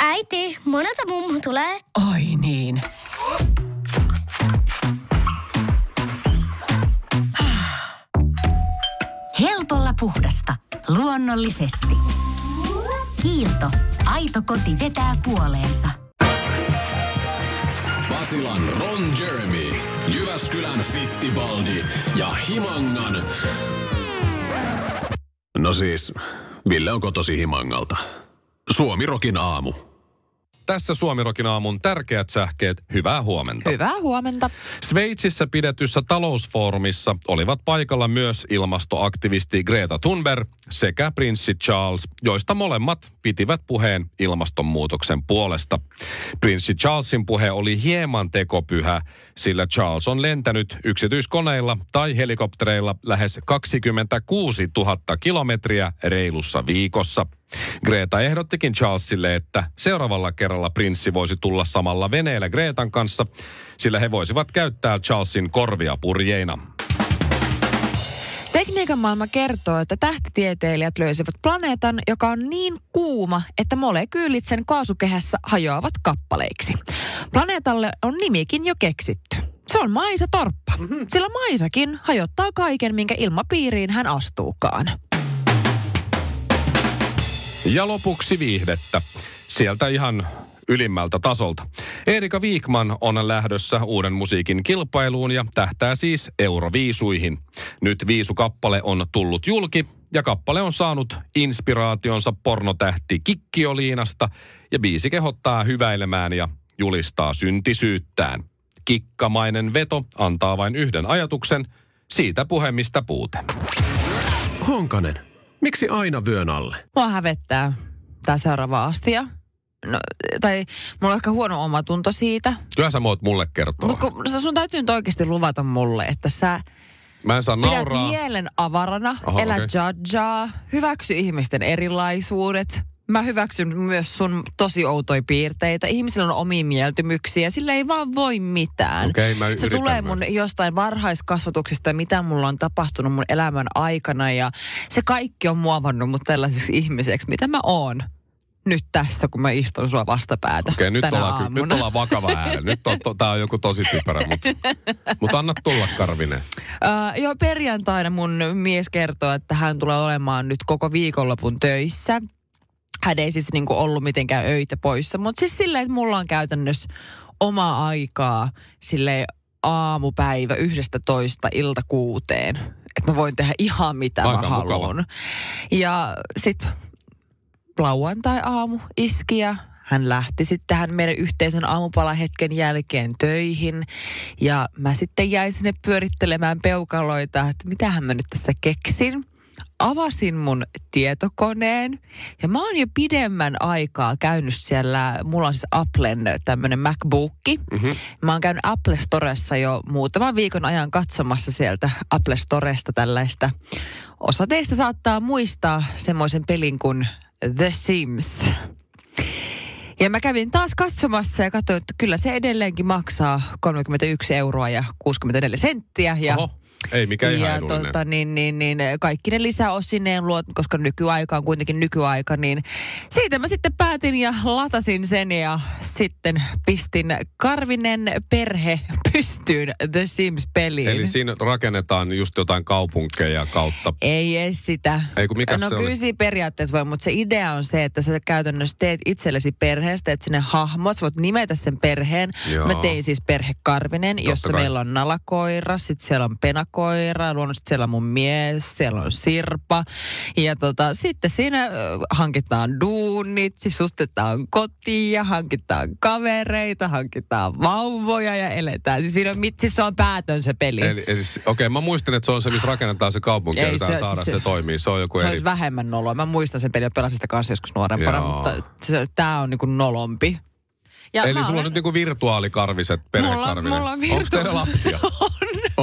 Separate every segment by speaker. Speaker 1: Äiti, monelta mummu tulee.
Speaker 2: Oi niin. Helpolla puhdasta. Luonnollisesti. Kiilto. Aito koti vetää puoleensa.
Speaker 3: Basilan Ron Jeremy, Jyväskylän Fittibaldi ja Himangan... No siis, Ville on kotosi Himangalta. Suomirokin aamu.
Speaker 4: Tässä Suomirokin aamun tärkeät sähkeet. Hyvää huomenta.
Speaker 5: Hyvää huomenta.
Speaker 4: Sveitsissä pidetyssä talousfoorumissa olivat paikalla myös ilmastoaktivisti Greta Thunberg sekä prinssi Charles, joista molemmat pitivät puheen ilmastonmuutoksen puolesta. Prinssi Charlesin puhe oli hieman tekopyhä, sillä Charles on lentänyt yksityiskoneilla tai helikoptereilla lähes 26 000 kilometriä reilussa viikossa. Greta ehdottikin Charlesille, että seuraavalla kerralla prinssi voisi tulla samalla veneellä Gretan kanssa, sillä he voisivat käyttää Charlesin korvia purjeina.
Speaker 5: Tekniikan maailma kertoo, että tähtitieteilijät löysivät planeetan, joka on niin kuuma, että molekyylit sen kaasukehässä hajoavat kappaleiksi. Planeetalle on nimikin jo keksitty. Se on Maisa Torppa, sillä Maisakin hajottaa kaiken, minkä ilmapiiriin hän astuukaan.
Speaker 4: Ja lopuksi viihdettä. Sieltä ihan ylimmältä tasolta. Erika Viikman on lähdössä uuden musiikin kilpailuun ja tähtää siis euroviisuihin. Nyt viisukappale on tullut julki ja kappale on saanut inspiraationsa pornotähti Kikkioliinasta ja biisi kehottaa hyväilemään ja julistaa syntisyyttään. Kikkamainen veto antaa vain yhden ajatuksen, siitä puhe mistä puute.
Speaker 3: Honkanen, miksi aina vyön alle?
Speaker 5: Mua hävettää tämä seuraava astia. No, tai mulla on ehkä huono omatunto siitä.
Speaker 4: Kyllä sä voit mulle kertoa.
Speaker 5: Mutta sun täytyy nyt oikeasti luvata mulle, että sä
Speaker 4: Mä en saa
Speaker 5: Pidät
Speaker 4: nauraa.
Speaker 5: mielen avarana,
Speaker 4: Aha,
Speaker 5: Aha, elä
Speaker 4: okei.
Speaker 5: okay. judgea, hyväksy ihmisten erilaisuudet. Mä hyväksyn myös sun tosi outoja piirteitä. Ihmisillä on omia mieltymyksiä, sillä ei vaan voi mitään.
Speaker 4: Okei, mä
Speaker 5: Se
Speaker 4: yritän
Speaker 5: tulee
Speaker 4: mä.
Speaker 5: mun jostain varhaiskasvatuksesta, mitä mulla on tapahtunut mun elämän aikana ja se kaikki on muovannut mut tällaiseksi ihmiseksi, mitä mä oon nyt tässä, kun mä istun sua vastapäätä
Speaker 4: Okei, nyt
Speaker 5: tänä
Speaker 4: ollaan, ky-
Speaker 5: aamuna.
Speaker 4: nyt ollaan vakava äänellä. Nyt on, to, tää on joku tosi typerä, mutta mut anna tulla Karvinen.
Speaker 5: Uh, joo, perjantaina mun mies kertoo, että hän tulee olemaan nyt koko viikonlopun töissä. Hän ei siis niinku ollut mitenkään öitä poissa, mutta siis silleen, että mulla on käytännössä omaa aikaa sille aamupäivä yhdestä toista ilta kuuteen. Että mä voin tehdä ihan mitä
Speaker 4: Aika
Speaker 5: mä
Speaker 4: mukava.
Speaker 5: haluan. Ja sit lauantai-aamu iski ja hän lähti sitten tähän meidän yhteisen aamupalahetken jälkeen töihin. Ja mä sitten jäin sinne pyörittelemään peukaloita, että mitähän mä nyt tässä keksin. Avasin mun tietokoneen ja mä oon jo pidemmän aikaa käynyt siellä, mulla on siis Applen tämmönen MacBookki. Mm-hmm. Mä oon käynyt Apple Storessa jo muutaman viikon ajan katsomassa sieltä Apple Storesta tällaista. Osa teistä saattaa muistaa semmoisen pelin kuin The Sims. Ja mä kävin taas katsomassa ja katsoin, että kyllä se edelleenkin maksaa 31 euroa ja 64 senttiä. Ja
Speaker 4: Oho, ei mikään ihan
Speaker 5: ja
Speaker 4: edullinen.
Speaker 5: tota, niin, niin, niin, kaikki ne lisäosineen luot, koska nykyaika on kuitenkin nykyaika, niin siitä mä sitten päätin ja latasin sen ja sitten pistin Karvinen perhe pystyyn The Sims-peliin.
Speaker 4: Eli siinä rakennetaan just jotain kaupunkeja kautta.
Speaker 5: Ei edes sitä.
Speaker 4: Ei, kun mikäs
Speaker 5: no
Speaker 4: se oli?
Speaker 5: kyllä siinä periaatteessa voi, mutta se idea on se, että sä käytännössä teet itsellesi perheestä, teet sinne hahmot, sä voit nimetä sen perheen.
Speaker 4: Joo.
Speaker 5: Mä tein siis perhe Karvinen,
Speaker 4: Totta
Speaker 5: jossa
Speaker 4: kai.
Speaker 5: meillä on nalakoira, sit siellä on penakoira, luonnollisesti siellä on mun mies, siellä on sirpa. Ja tota, sitten siinä ö, hankitaan duunit, sisustetaan kotia, hankitaan kavereita, hankitaan vauvoja ja eletään. Siis siinä on, mit, siis se on päätön se peli.
Speaker 4: Eli, eli s- okei, mä muistin, että se on se, missä rakennetaan se kaupunki ja
Speaker 5: Ei,
Speaker 4: yritetään
Speaker 5: se-
Speaker 4: saada se,
Speaker 5: se-
Speaker 4: se toimii. Se on joku
Speaker 5: Se
Speaker 4: eri...
Speaker 5: olisi vähemmän noloa. Mä muistan sen pelin, pelasin sitä kanssa joskus nuorempana,
Speaker 4: Joo.
Speaker 5: mutta tämä on niinku nolompi. Ja
Speaker 4: Eli
Speaker 5: mä
Speaker 4: sulla on nyt niinku virtuaalikarviset
Speaker 5: mulla,
Speaker 4: perhekarvinen.
Speaker 5: mulla on
Speaker 4: Onko teillä
Speaker 5: virtua-
Speaker 4: lapsia?
Speaker 5: on.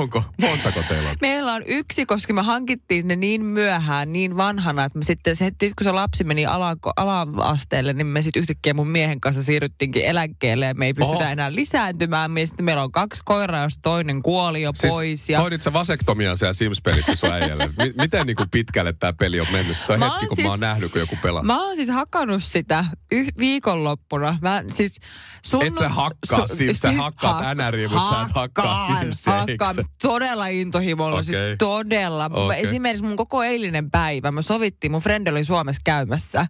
Speaker 4: Onko? Montako teillä on?
Speaker 5: Meillä on yksi, koska me hankittiin ne niin myöhään, niin vanhana, että me sitten se, sit kun se lapsi meni ala, ala-asteelle, niin me sitten yhtäkkiä mun miehen kanssa siirryttiinkin eläkkeelle ja me ei pystytä
Speaker 4: Oho.
Speaker 5: Oho. enää lisääntymään. Me sitten meillä on kaksi koiraa, jos toinen kuoli jo siis pois. Ja...
Speaker 4: hoidit sä vasektomian siellä Sims-pelissä sun äijälle? M- miten niinku pitkälle tämä peli on mennyt? Sitä
Speaker 5: Mä
Speaker 4: hetki,
Speaker 5: oon
Speaker 4: kun mä
Speaker 5: siis-
Speaker 4: oon nähnyt, kun joku pelaa.
Speaker 5: Mä oon siis hakannut sitä yh- viikonloppuna. Mä siis sun...
Speaker 4: Et sä hakkaa Sims, sä hakkaat NRiä, mut sä et hakkaa
Speaker 5: siis hakkaan,
Speaker 4: Simsia, eiks
Speaker 5: hakkaan.
Speaker 4: sä?
Speaker 5: todella intohimolla, okay.
Speaker 4: Okei.
Speaker 5: siis todella.
Speaker 4: Okei.
Speaker 5: Okay. Esimerkiksi mun koko eilinen päivä, mä sovittiin, mun frendi oli Suomessa käymässä.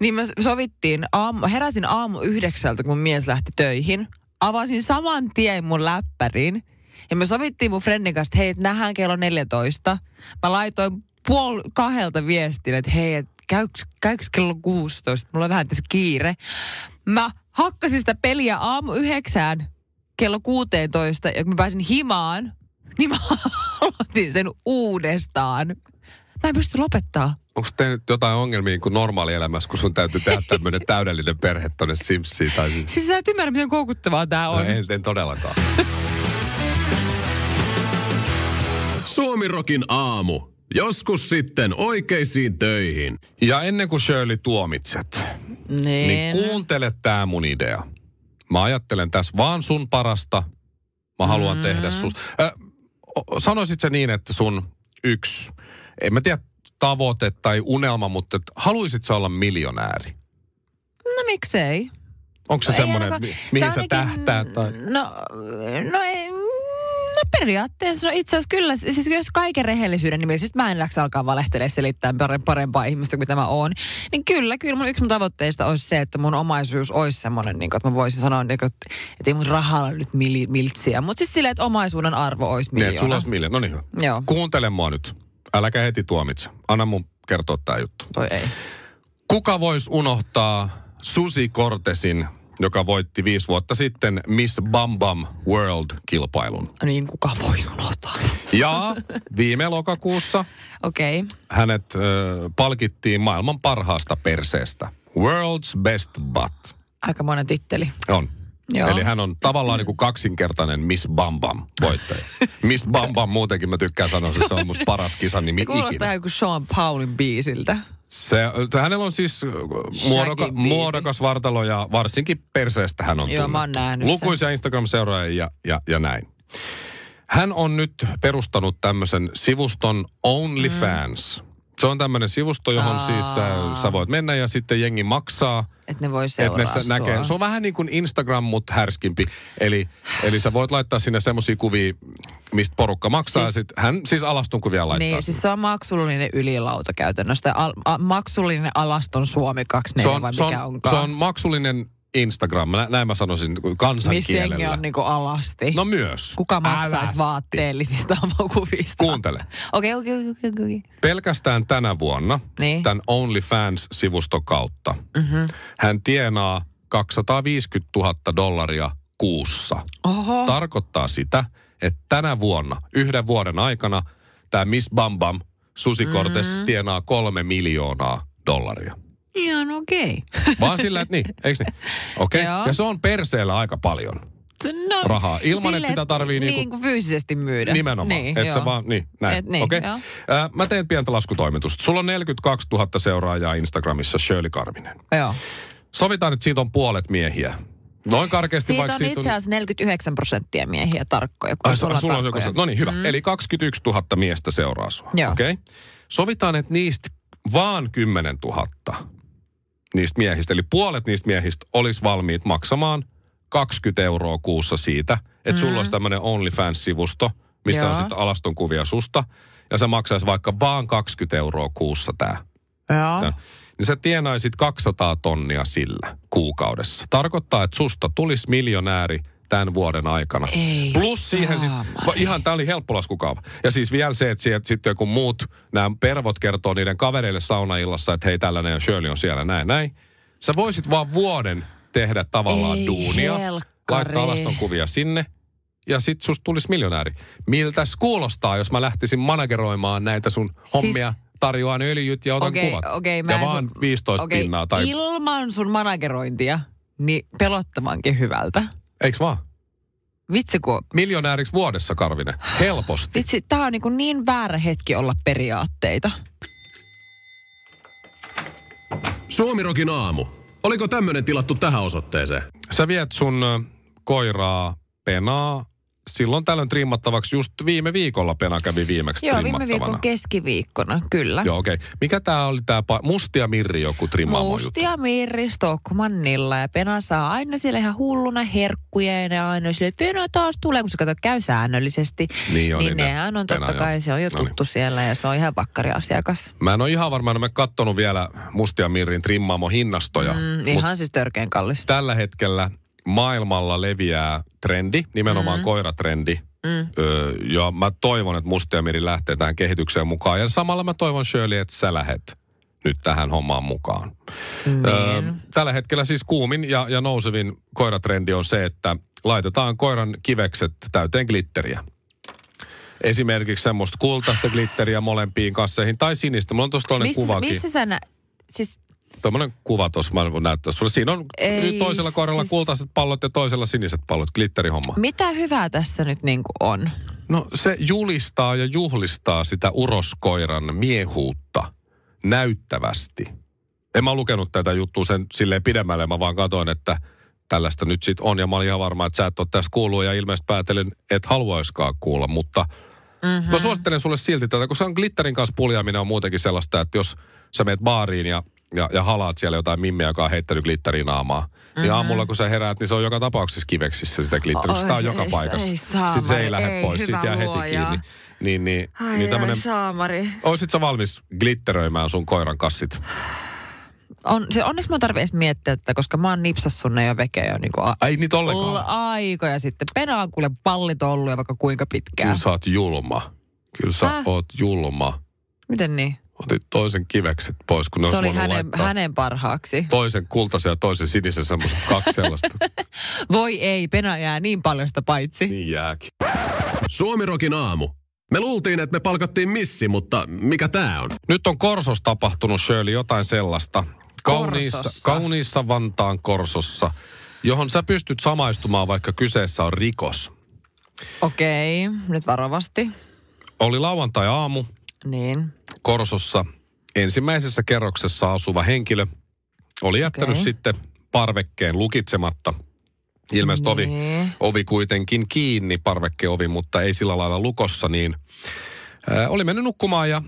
Speaker 5: Niin mä sovittiin, aamu, heräsin aamu yhdeksältä, kun mun mies lähti töihin. Avasin saman tien mun läppärin. Ja me sovittiin mun friendin kanssa, että hei, että nähdään kello 14. Mä laitoin puol kahdelta viestin, että hei, että käyks, käyks kello 16, mulla on vähän tässä kiire. Mä hakkasin sitä peliä aamu yhdeksään kello 16 ja kun mä pääsin himaan, niin mä aloitin sen uudestaan. Mä en pysty lopettaa.
Speaker 4: Onko teillä nyt jotain ongelmia kuin normaalielämässä, kun sun täytyy tehdä tämmöinen täydellinen perhe tonne Simsiin? Tai siis...
Speaker 5: Siis sä et ymmärrä, miten koukuttavaa tää
Speaker 4: No,
Speaker 5: on.
Speaker 4: en, en todellakaan.
Speaker 3: Suomirokin aamu. Joskus sitten oikeisiin töihin.
Speaker 4: Ja ennen kuin Shirley tuomitset, niin kuuntele tämä mun idea. Mä ajattelen tässä vaan sun parasta. Mä haluan
Speaker 5: Mm-hmm.
Speaker 4: mm. tehdä susta. Äh, sanoisit se niin, että sun yksi, en mä tiedä tavoite tai unelma, mutta et, haluisit sä olla miljonääri?
Speaker 5: No miksei?
Speaker 4: Onko se
Speaker 5: No Ei
Speaker 4: semmoinen,
Speaker 5: ainakaan-
Speaker 4: mi- mihin
Speaker 5: se
Speaker 4: sä
Speaker 5: ainakin-
Speaker 4: tähtää? Tai... Niin,
Speaker 5: No, no, ei, no periaatteessa, no itse asiassa kyllä, siis jos kaiken rehellisyyden nimessä, nyt mä en läks alkaa valehtelemaan selittää pare- parempaa ihmistä kuin tämä on, niin kyllä, kyllä mun yksi mun tavoitteista olisi se, että mun omaisuus olisi semmoinen, niin kuin, että mä voisin sanoa, niin kuin, että, että ei mun rahalla ole nyt mili, miltsiä, mutta siis silleen, että omaisuuden arvo olisi
Speaker 4: Niin,
Speaker 5: miljoona.
Speaker 4: että sulla olisi miljoona. No niin hyvä.
Speaker 5: Joo.
Speaker 4: Kuuntele mua nyt. Äläkä heti tuomitse. Anna mun kertoa tämä juttu.
Speaker 5: Voi ei.
Speaker 4: Kuka voisi unohtaa Susi Cortesin, joka voitti viisi vuotta sitten Miss Bam Bam World-kilpailun?
Speaker 5: Niin kuka voi unohtaa?
Speaker 4: Ja viime lokakuussa
Speaker 5: Okei. Okay.
Speaker 4: hänet ö, palkittiin maailman parhaasta perseestä. World's Best Butt.
Speaker 5: Aika monen titteli.
Speaker 4: On. Joo.
Speaker 5: Joo.
Speaker 4: Eli hän on tavallaan niin kuin kaksinkertainen Miss Bam Bam voittaja. Miss Bam Bam muutenkin mä tykkään sanoa, että se on musta paras kisan nimi
Speaker 5: Se
Speaker 4: ikinä.
Speaker 5: kuulostaa ihan kuin Sean Paulin biisiltä.
Speaker 4: Se, hänellä on siis äh, muodoka,
Speaker 5: Shagin biisi.
Speaker 4: muodokas vartalo ja varsinkin perseestä hän on
Speaker 5: Joo,
Speaker 4: tunnettu.
Speaker 5: mä oon nähnyt sen.
Speaker 4: Lukuisia Instagram-seuraajia ja, ja, ja näin. Hän on nyt perustanut tämmöisen sivuston OnlyFans. Mm. Se on tämmöinen sivusto, johon Aa. siis sä, sä voit mennä ja sitten jengi maksaa.
Speaker 5: Että ne voi
Speaker 4: Että
Speaker 5: seuraa
Speaker 4: ne sä
Speaker 5: sua.
Speaker 4: näkee. Se on vähän niin kuin Instagram, mutta härskimpi. Eli, eli sä voit laittaa sinne semmoisia kuvia, mistä porukka maksaa. Siis,
Speaker 5: Siis-
Speaker 4: ja sit hän siis alaston kuvia laittaa.
Speaker 5: Niin, siis se on maksullinen ylilauta käytännössä. Tai Al, a, maksullinen alaston Suomi 24 vai
Speaker 4: se, on,
Speaker 5: mikä onkaan.
Speaker 4: se on maksullinen Instagram, Nä- näin mä sanoisin niinku
Speaker 5: Missä jengi
Speaker 4: kansankielellä.
Speaker 5: on niinku alasti.
Speaker 4: No myös.
Speaker 5: Kuka
Speaker 4: Älä
Speaker 5: maksaisi
Speaker 4: sitten.
Speaker 5: vaatteellisista avokuvista?
Speaker 4: Kuuntele.
Speaker 5: Okei, okei, okei, okei, okei.
Speaker 4: Pelkästään tänä vuonna
Speaker 5: Niin. Mhm.
Speaker 4: tämän OnlyFans-sivuston kautta mm-hmm. hän tienaa 250 000 dollaria kuussa.
Speaker 5: Oho.
Speaker 4: Tarkoittaa sitä, että tänä vuonna, yhden vuoden aikana, tämä Miss Bam Bam Susi Cortes
Speaker 5: Mhm.
Speaker 4: mm-hmm. tienaa kolme miljoonaa dollaria.
Speaker 5: Joo, no okei.
Speaker 4: Vaan sillä, että niin, eikö niin? Okei, okay.
Speaker 5: Joo.
Speaker 4: ja se on perseellä aika paljon.
Speaker 5: No,
Speaker 4: Rahaa. Ilman, että sitä tarvii niinku-
Speaker 5: niin kuin fyysisesti myydä.
Speaker 4: Nimenomaan. Niin, et
Speaker 5: joo.
Speaker 4: sä vaan, niin, näin.
Speaker 5: Et niin,
Speaker 4: Okei.
Speaker 5: joo.
Speaker 4: Ö, Mä teen pientä laskutoimitusta. Sulla on 42 000 seuraajaa Instagramissa, Shirley Karvinen.
Speaker 5: Joo.
Speaker 4: Sovitaan, että siitä on puolet miehiä. Noin karkeasti
Speaker 5: Siitä
Speaker 4: vaikka
Speaker 5: on itse asiassa 49 prosenttia miehiä tarkkoja, kun
Speaker 4: Ai,
Speaker 5: sulla
Speaker 4: sulla,
Speaker 5: on
Speaker 4: sulla on joku...
Speaker 5: tarkkoja.
Speaker 4: No niin, hyvä. Mm. Eli 21 000 miestä seuraa sua.
Speaker 5: Joo.
Speaker 4: Okei. Okay. Sovitaan, että niistä vaan 10 000 niistä miehistä, eli puolet niistä miehistä olisi valmiit maksamaan 20 euroa kuussa siitä, että mm. sulla olisi tämmöinen OnlyFans-sivusto, missä Joo. on
Speaker 5: Joo.
Speaker 4: sitten alaston kuvia susta, ja sä maksaisi vaikka vaan 20 euroa kuussa tää.
Speaker 5: Joo.
Speaker 4: Oh. Niin sä tienaisit 200 tonnia sillä kuukaudessa. Tarkoittaa, että susta tulisi miljonääri tämän vuoden aikana.
Speaker 5: Ei
Speaker 4: Plus siihen siis,
Speaker 5: saamari.
Speaker 4: va- ihan tämä oli helppo laskukaava. Ja siis vielä se, että sieltä sitten kun muut, nämä pervot kertoo niiden kavereille saunaillassa, että hei tällainen ja Shirley on siellä näin, näin. Sä voisit vaan vuoden tehdä tavallaan
Speaker 5: Ei
Speaker 4: duunia,
Speaker 5: helkkari.
Speaker 4: laittaa alaston kuvia sinne ja sit susta tulisi miljonääri. Miltäs kuulostaa, jos mä lähtisin manageroimaan näitä sun siis... hommia, tarjoan öljyt ja otan
Speaker 5: Okei,
Speaker 4: kuvat.
Speaker 5: okei, mä
Speaker 4: ja
Speaker 5: en
Speaker 4: vaan
Speaker 5: sun-
Speaker 4: 15
Speaker 5: okei,
Speaker 4: pinnaa tai... Il...
Speaker 5: Ilman sun managerointia, niin pelottavankin hyvältä.
Speaker 4: Eiks vaan?
Speaker 5: Vitsi, kun
Speaker 4: Miljonääriksi vuodessa, Karvinen. Helposti.
Speaker 5: Vitsi, tää on niin, niin väärä hetki olla periaatteita.
Speaker 3: Suomirokin aamu. Oliko tämmönen tilattu tähän osoitteeseen?
Speaker 4: Sä viet sun ö, koiraa penaa. Silloin tällöin trimmattavaksi. Just viime viikolla pena kävi viimeksi
Speaker 5: Joo, viime
Speaker 4: trimmattavana.
Speaker 5: viikon keskiviikkona, kyllä.
Speaker 4: Joo, okei. Okay. Mikä tää oli tää pa- Mustia Mirri joku trimmaamo juttu?
Speaker 5: Mustia Mirri Stockmannilla ja Pena saa aina siellä ihan hulluna herkkuja ja ne aina sille, että Pena taas tulee, kun se kato, käy säännöllisesti.
Speaker 4: Niin on,
Speaker 5: niin
Speaker 4: niin ne
Speaker 5: nehän on
Speaker 4: Pena,
Speaker 5: totta kai,
Speaker 4: joo.
Speaker 5: se on jo
Speaker 4: No niin.
Speaker 5: tuttu siellä ja se on ihan vakkariasiakas.
Speaker 4: Mä en ole ihan varma, en ole kattonut vielä Mustia Mirrin trimmaamo hinnastoja.
Speaker 5: Mm,
Speaker 4: mut
Speaker 5: ihan siis törkeen kallis.
Speaker 4: tällä hetkellä maailmalla leviää trendi, nimenomaan mm. koiratrendi. Mm. Öö, ja mä toivon, että Mustiamiri lähtee tähän kehitykseen mukaan. Ja samalla mä toivon Shirley, että sä lähet nyt tähän hommaan mukaan.
Speaker 5: Niin.
Speaker 4: Öö, tällä hetkellä siis kuumin ja, ja nousevin koiratrendi on se, että laitetaan koiran kivekset täyteen glitteriä. Esimerkiksi semmoista kultaista glitteriä molempiin kasseihin tai sinistä. Mulla on tuossa toinen
Speaker 5: Missä,
Speaker 4: kuvakin.
Speaker 5: missä sä nä- siis
Speaker 4: Tuommoinen kuva tuossa mä voin näyttää sulle. Siinä on
Speaker 5: Ei,
Speaker 4: toisella koiralla siis...
Speaker 5: siis-
Speaker 4: kultaiset pallot ja toisella siniset pallot, glitterihomma.
Speaker 5: mitä hyvää tässä nyt niinku on?
Speaker 4: No se julistaa ja juhlistaa sitä uroskoiran miehuutta näyttävästi. En mä lukenut tätä juttua sen silleen pidemmälle, mä vaan katsoin, että tällaista nyt sit on. Ja mä olin ihan varma, että sä et ole tässä kuullut ja ilmeisesti päätelen, että haluaiskaan kuulla. Mutta mm-hmm. mä suosittelen sulle silti tätä, kun se on glitterin kanssa puljaaminen on muutenkin sellaista, että jos sä meet baariin ja, ja, ja halaat siellä jotain mimmiä, joka on heittänyt glitterинaamaa, mm-hmm. niin aamulla kun sä heräät, niin se on joka tapauksessa kiveksissä sitä glitteriä.
Speaker 5: Oi,
Speaker 4: Sitä on
Speaker 5: se-
Speaker 4: joka
Speaker 5: ei-
Speaker 4: paikassa.
Speaker 5: ei saa,
Speaker 4: Sitten se
Speaker 5: Mari,
Speaker 4: ei lähde
Speaker 5: ei,
Speaker 4: pois, sit
Speaker 5: hyvä
Speaker 4: jää heti
Speaker 5: luoja.
Speaker 4: kiinni. Niin, niin, niin tämmönen,
Speaker 5: saamari.
Speaker 4: Oisit sä valmis glitteröimään sun koiran kassit?
Speaker 5: On, se, onneksi mä tarvitsen miettiä tätä, koska mä oon nipsas sun ne jo vekeä jo niinku a-
Speaker 4: Ai niitä
Speaker 5: L-
Speaker 4: ollenkaan.
Speaker 5: aikoja sitten. Pena on kuule pallit ollut jo vaikka kuinka
Speaker 4: Kyllä
Speaker 5: pitkään.
Speaker 4: sä oot julma. Kyllä sä
Speaker 5: Häh?
Speaker 4: oot julma.
Speaker 5: Miten niin?
Speaker 4: Otit toisen kivekset pois, kun ne
Speaker 5: Se
Speaker 4: olisi
Speaker 5: oli
Speaker 4: voinut
Speaker 5: hänen,
Speaker 4: laittaa
Speaker 5: hänen parhaaksi.
Speaker 4: toisen kultaisen ja toisen sinisen semmoista kaksi sellaista.
Speaker 5: Voi ei, Pena jää niin paljon sitä paitsi.
Speaker 4: niin jääkin.
Speaker 3: Suomirokin aamu. Me luultiin, että me palkattiin missi, mutta mikä tää on?
Speaker 4: Nyt on Korsos tapahtunut, Shirley, jotain sellaista. Kauniissa,
Speaker 5: Korsossa.
Speaker 4: kauniissa Vantaan Korsossa, johon sä pystyt samaistumaan, vaikka kyseessä on rikos.
Speaker 5: Okei, nyt varovasti.
Speaker 4: Oli lauantai-aamu,
Speaker 5: Niin.
Speaker 4: Korsossa ensimmäisessä kerroksessa asuva henkilö oli jättänyt okay.
Speaker 5: Okei.
Speaker 4: sitten parvekkeen lukitsematta. Ilmeisesti ovi,
Speaker 5: Niin.
Speaker 4: ovi kuitenkin kiinni, parvekkeovi, mutta ei sillä lailla lukossa, niin äh, oli mennyt nukkumaan ja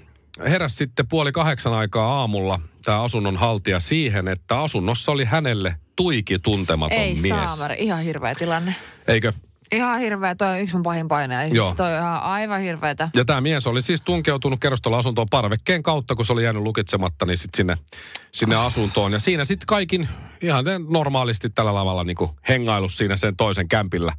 Speaker 4: heräsi sitten puoli kahdeksan aikaa aamulla tämä asunnon haltija siihen, että asunnossa oli hänelle tuiki tuntematon
Speaker 5: Ei
Speaker 4: mies.
Speaker 5: saamari, ihan hirveä tilanne.
Speaker 4: Eikö?
Speaker 5: Ihan hirveä, toi on yksi mun pahin painaja.
Speaker 4: Joo.
Speaker 5: Toi on ihan aivan hirveetä.
Speaker 4: Ja tämä mies oli siis tunkeutunut kerrostolla asuntoon parvekkeen kautta, kun se oli jäänyt lukitsematta, niin sitten sinne, sinne asuntoon. Ja siinä sitten kaikin ihan ne normaalisti tällä lavalla niin hengailu siinä sen toisen kämpillä.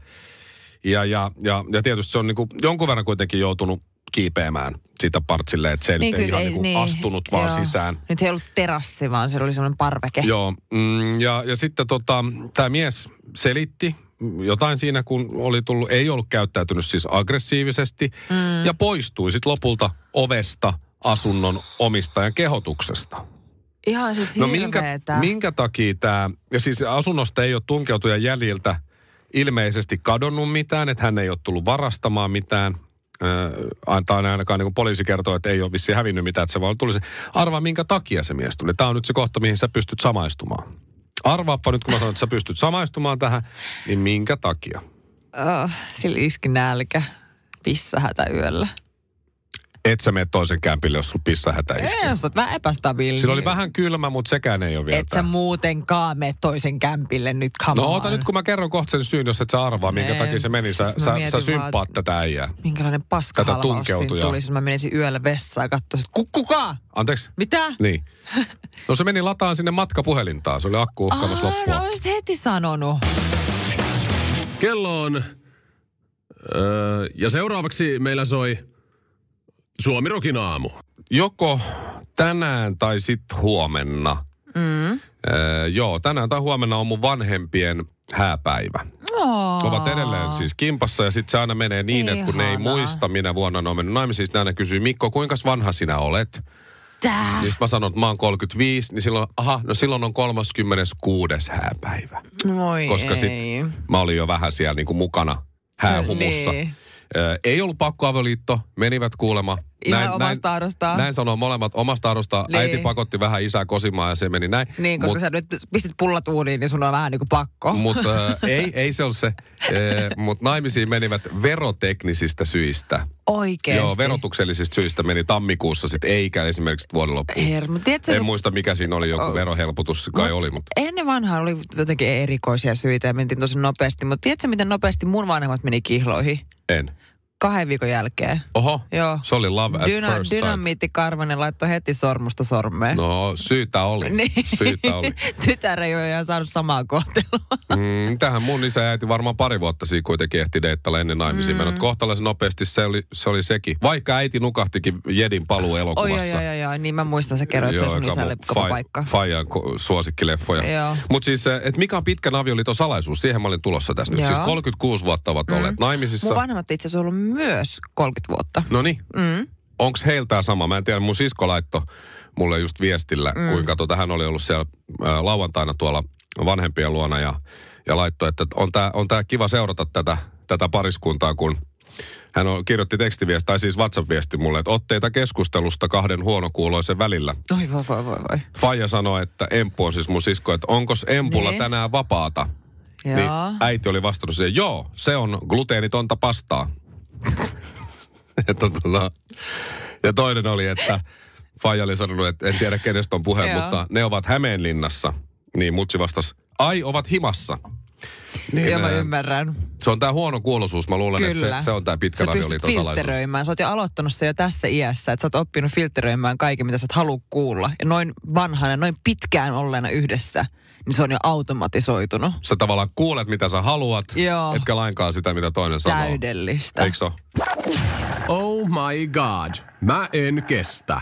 Speaker 4: Ja, ja, ja, ja tietysti se on niin kuin jonkun verran kuitenkin joutunut kiipeämään siitä partsille, että se ei niin nyt ei
Speaker 5: kyllä se
Speaker 4: ihan niin niin, astunut vaan
Speaker 5: joo.
Speaker 4: sisään.
Speaker 5: Nyt ei ollut terassi, vaan se oli semmoinen parveke.
Speaker 4: Joo, mm, ja, ja sitten tota, tämä mies selitti jotain siinä, kun oli tullut, ei ollut käyttäytynyt siis aggressiivisesti, mm. ja poistui sitten lopulta ovesta asunnon omistajan kehotuksesta.
Speaker 5: Ihan siis
Speaker 4: No minkä,
Speaker 5: hirveetä.
Speaker 4: minkä takia tämä, ja siis asunnosta ei ole tunkeutujan jäljiltä ilmeisesti kadonnut mitään, että hän ei ole tullut varastamaan mitään. Äh, tai ainakaan niin kuin poliisi kertoo, että ei ole vissiin hävinnyt mitään, että se vaan tuli se. Arvaa minkä takia se mies tuli. Tämä on nyt se kohta, mihin sä pystyt samaistumaan. Arvaappa nyt, kun mä sanon, että sä pystyt samaistumaan tähän, niin minkä takia?
Speaker 5: Oh, sillä iski nälkä. Pissähätä yöllä.
Speaker 4: Et sä mene toisen kämpille, jos sulla pissahätä
Speaker 5: Ei,
Speaker 4: iskee.
Speaker 5: jos olet vähän epästabiili.
Speaker 4: Sillä oli
Speaker 5: niin-
Speaker 4: vähän kylmä, mutta sekään ei ole vielä
Speaker 5: Et sä
Speaker 4: tää.
Speaker 5: muutenkaan mene toisen kämpille nyt, come
Speaker 4: No
Speaker 5: on.
Speaker 4: oota nyt, kun mä kerron kohta sen syyn, jos et sä arvaa, minkä
Speaker 5: Ei.
Speaker 4: takia se meni. Sä,
Speaker 5: Niin. Mä
Speaker 4: sä,
Speaker 5: mietin
Speaker 4: sä
Speaker 5: vaan,
Speaker 4: symppaat
Speaker 5: että-
Speaker 4: tätä äijää.
Speaker 5: Minkälainen paskahalvaus siinä
Speaker 4: tunkeutujaa.
Speaker 5: tuli, siis mä menisin yöllä vessaan ja katsoisin, että ku- kuka?
Speaker 4: Anteeksi?
Speaker 5: Mitä?
Speaker 4: Niin. No se meni lataan sinne matkapuhelintaan. Se oli akku uhkaamassa
Speaker 5: Aa, no
Speaker 4: loppua.
Speaker 5: olisit heti sanonut.
Speaker 3: Kello on... Öö, ja seuraavaksi meillä soi Suomirokin aamu.
Speaker 4: Joko tänään tai sitten huomenna. Mm. Öö, joo, tänään tai huomenna on mun vanhempien hääpäivä.
Speaker 5: Oh.
Speaker 4: Ovat edelleen siis kimpassa ja sitten se aina menee niin, että kun ne ei
Speaker 5: Ihanaa.
Speaker 4: muista, minä vuonna ne on mennyt naimisiin, niin ne aina kysyy, Mikko, kuinka vanha sinä olet?
Speaker 5: Tää.
Speaker 4: Niin sit mä sanon, että mä oon 35, niin silloin, aha, no silloin on 36. hääpäivä.
Speaker 5: Voi
Speaker 4: koska
Speaker 5: ei. Niin.
Speaker 4: sit mä olin jo vähän siellä niinku mukana häähumussa.
Speaker 5: Niin.
Speaker 4: Ö, Ei ollut pakkoavioliitto, menivät kuulema.
Speaker 5: Ihan omasta tahdostaan.
Speaker 4: Näin sanoo molemmat omasta arvostaan.
Speaker 5: Niin.
Speaker 4: Äiti pakotti vähän isää kosimaan ja se meni näin.
Speaker 5: Niin, koska
Speaker 4: Mut-
Speaker 5: sä nyt pistit pullat uuniin, niin sun on vähän niin kuin pakko.
Speaker 4: Mutta äh, ei, ei se ole se. Äh, Mutta naimisiin menivät veroteknisistä syistä.
Speaker 5: Oikeesti.
Speaker 4: Joo, verotuksellisista syistä meni tammikuussa sitten, eikä esimerkiksi vuoden loppuun.
Speaker 5: Hermo, tiedätkö,
Speaker 4: En
Speaker 5: kun
Speaker 4: muista, mikä siinä oli, joku
Speaker 5: Oh.
Speaker 4: verohelpotus kai oli, mutta
Speaker 5: ennen vanhaa oli jotenkin erikoisia syitä ja mentiin tosi nopeasti. Mutta tiedätkö, miten nopeasti mun vanhemmat meni kihloihin?
Speaker 4: en.
Speaker 5: Kahden viikon jälkeen.
Speaker 4: Oho,
Speaker 5: Joo.
Speaker 4: se oli love at
Speaker 5: Dyna,
Speaker 4: first sight.
Speaker 5: dynamiitti Karvanen laittoi heti sormusta sormeen.
Speaker 4: No, syytä oli.
Speaker 5: Äh? Niin.
Speaker 4: Syytä oli.
Speaker 5: Tytär ei ole ihan saanut samaa kohtelua.
Speaker 4: Mm, tähän mun isä ja äiti varmaan pari vuotta siinä kuitenkin ehti deittailla ennen naimisiin. Mm. kohtalaisen nopeasti, se oli, se oli sekin. Vaikka äiti nukahtikin Jedin paluu
Speaker 5: Oi,
Speaker 4: elokuvassa.
Speaker 5: oi, oi, oi, oi, niin mä muistan, sä kerroit, että se on sun
Speaker 4: joka
Speaker 5: isälle
Speaker 4: mun
Speaker 5: koko
Speaker 4: fai-
Speaker 5: paikka.
Speaker 4: Faijan ko- suosikkileffoja.
Speaker 5: Joo.
Speaker 4: Mutta siis, että mikä on pitkän avioliiton salaisuus? Siihen mä olin tulossa tässä nyt.
Speaker 5: Joo. Mm.
Speaker 4: Siis 36 vuotta ovat olleet naimisissa.
Speaker 5: Mun vanhemmat itse asiassa on ollut myös 30 vuotta.
Speaker 4: No niin. Mm. Onko heiltä sama? Mä en tiedä, mun sisko laitto mulle just viestillä, mm. kuinka tota, hän oli ollut siellä ää, lauantaina tuolla vanhempien luona ja, ja laittoi, että on tää, on tää kiva seurata tätä, tätä pariskuntaa, kun hän on, kirjoitti tekstiviesti, tai siis WhatsApp-viesti mulle, että otteita keskustelusta kahden huonokuuloisen välillä.
Speaker 5: Oi voi voi voi voi.
Speaker 4: Faija sanoi, että Empu on siis mun sisko, että onkos Empulla
Speaker 5: Niin.
Speaker 4: tänään vapaata?
Speaker 5: Joo.
Speaker 4: Niin äiti oli vastannut siihen, joo, se on gluteenitonta pastaa. että, tota, ja toinen oli, että Faija oli sanonut, että en tiedä kenestä on puhe,
Speaker 5: Joo.
Speaker 4: mutta ne ovat Hämeenlinnassa. Niin mutsi vastasi, ai ovat himassa.
Speaker 5: Joo, mä
Speaker 4: ää,
Speaker 5: ymmärrän.
Speaker 4: Se on tämä huono kuolosuus, mä luulen,
Speaker 5: Kyllä.
Speaker 4: että se, se on tämä pitkän
Speaker 5: Sä pystyt
Speaker 4: avioliiton salaisuus.
Speaker 5: filtteröimään. Sä oot jo aloittanut se jo tässä iässä, että sä oot oppinut filtteröimään kaiken, mitä sä et halua kuulla. Ja noin vanhana, noin pitkään olleena yhdessä, niin se on jo automatisoitunut.
Speaker 4: Sä tavallaan kuulet, mitä sä haluat,
Speaker 5: Joo.
Speaker 4: etkä lainkaan sitä, mitä toinen sanoo.
Speaker 5: Täydellistä.
Speaker 4: Eikö se ole?
Speaker 3: Oh my god, mä en kestä.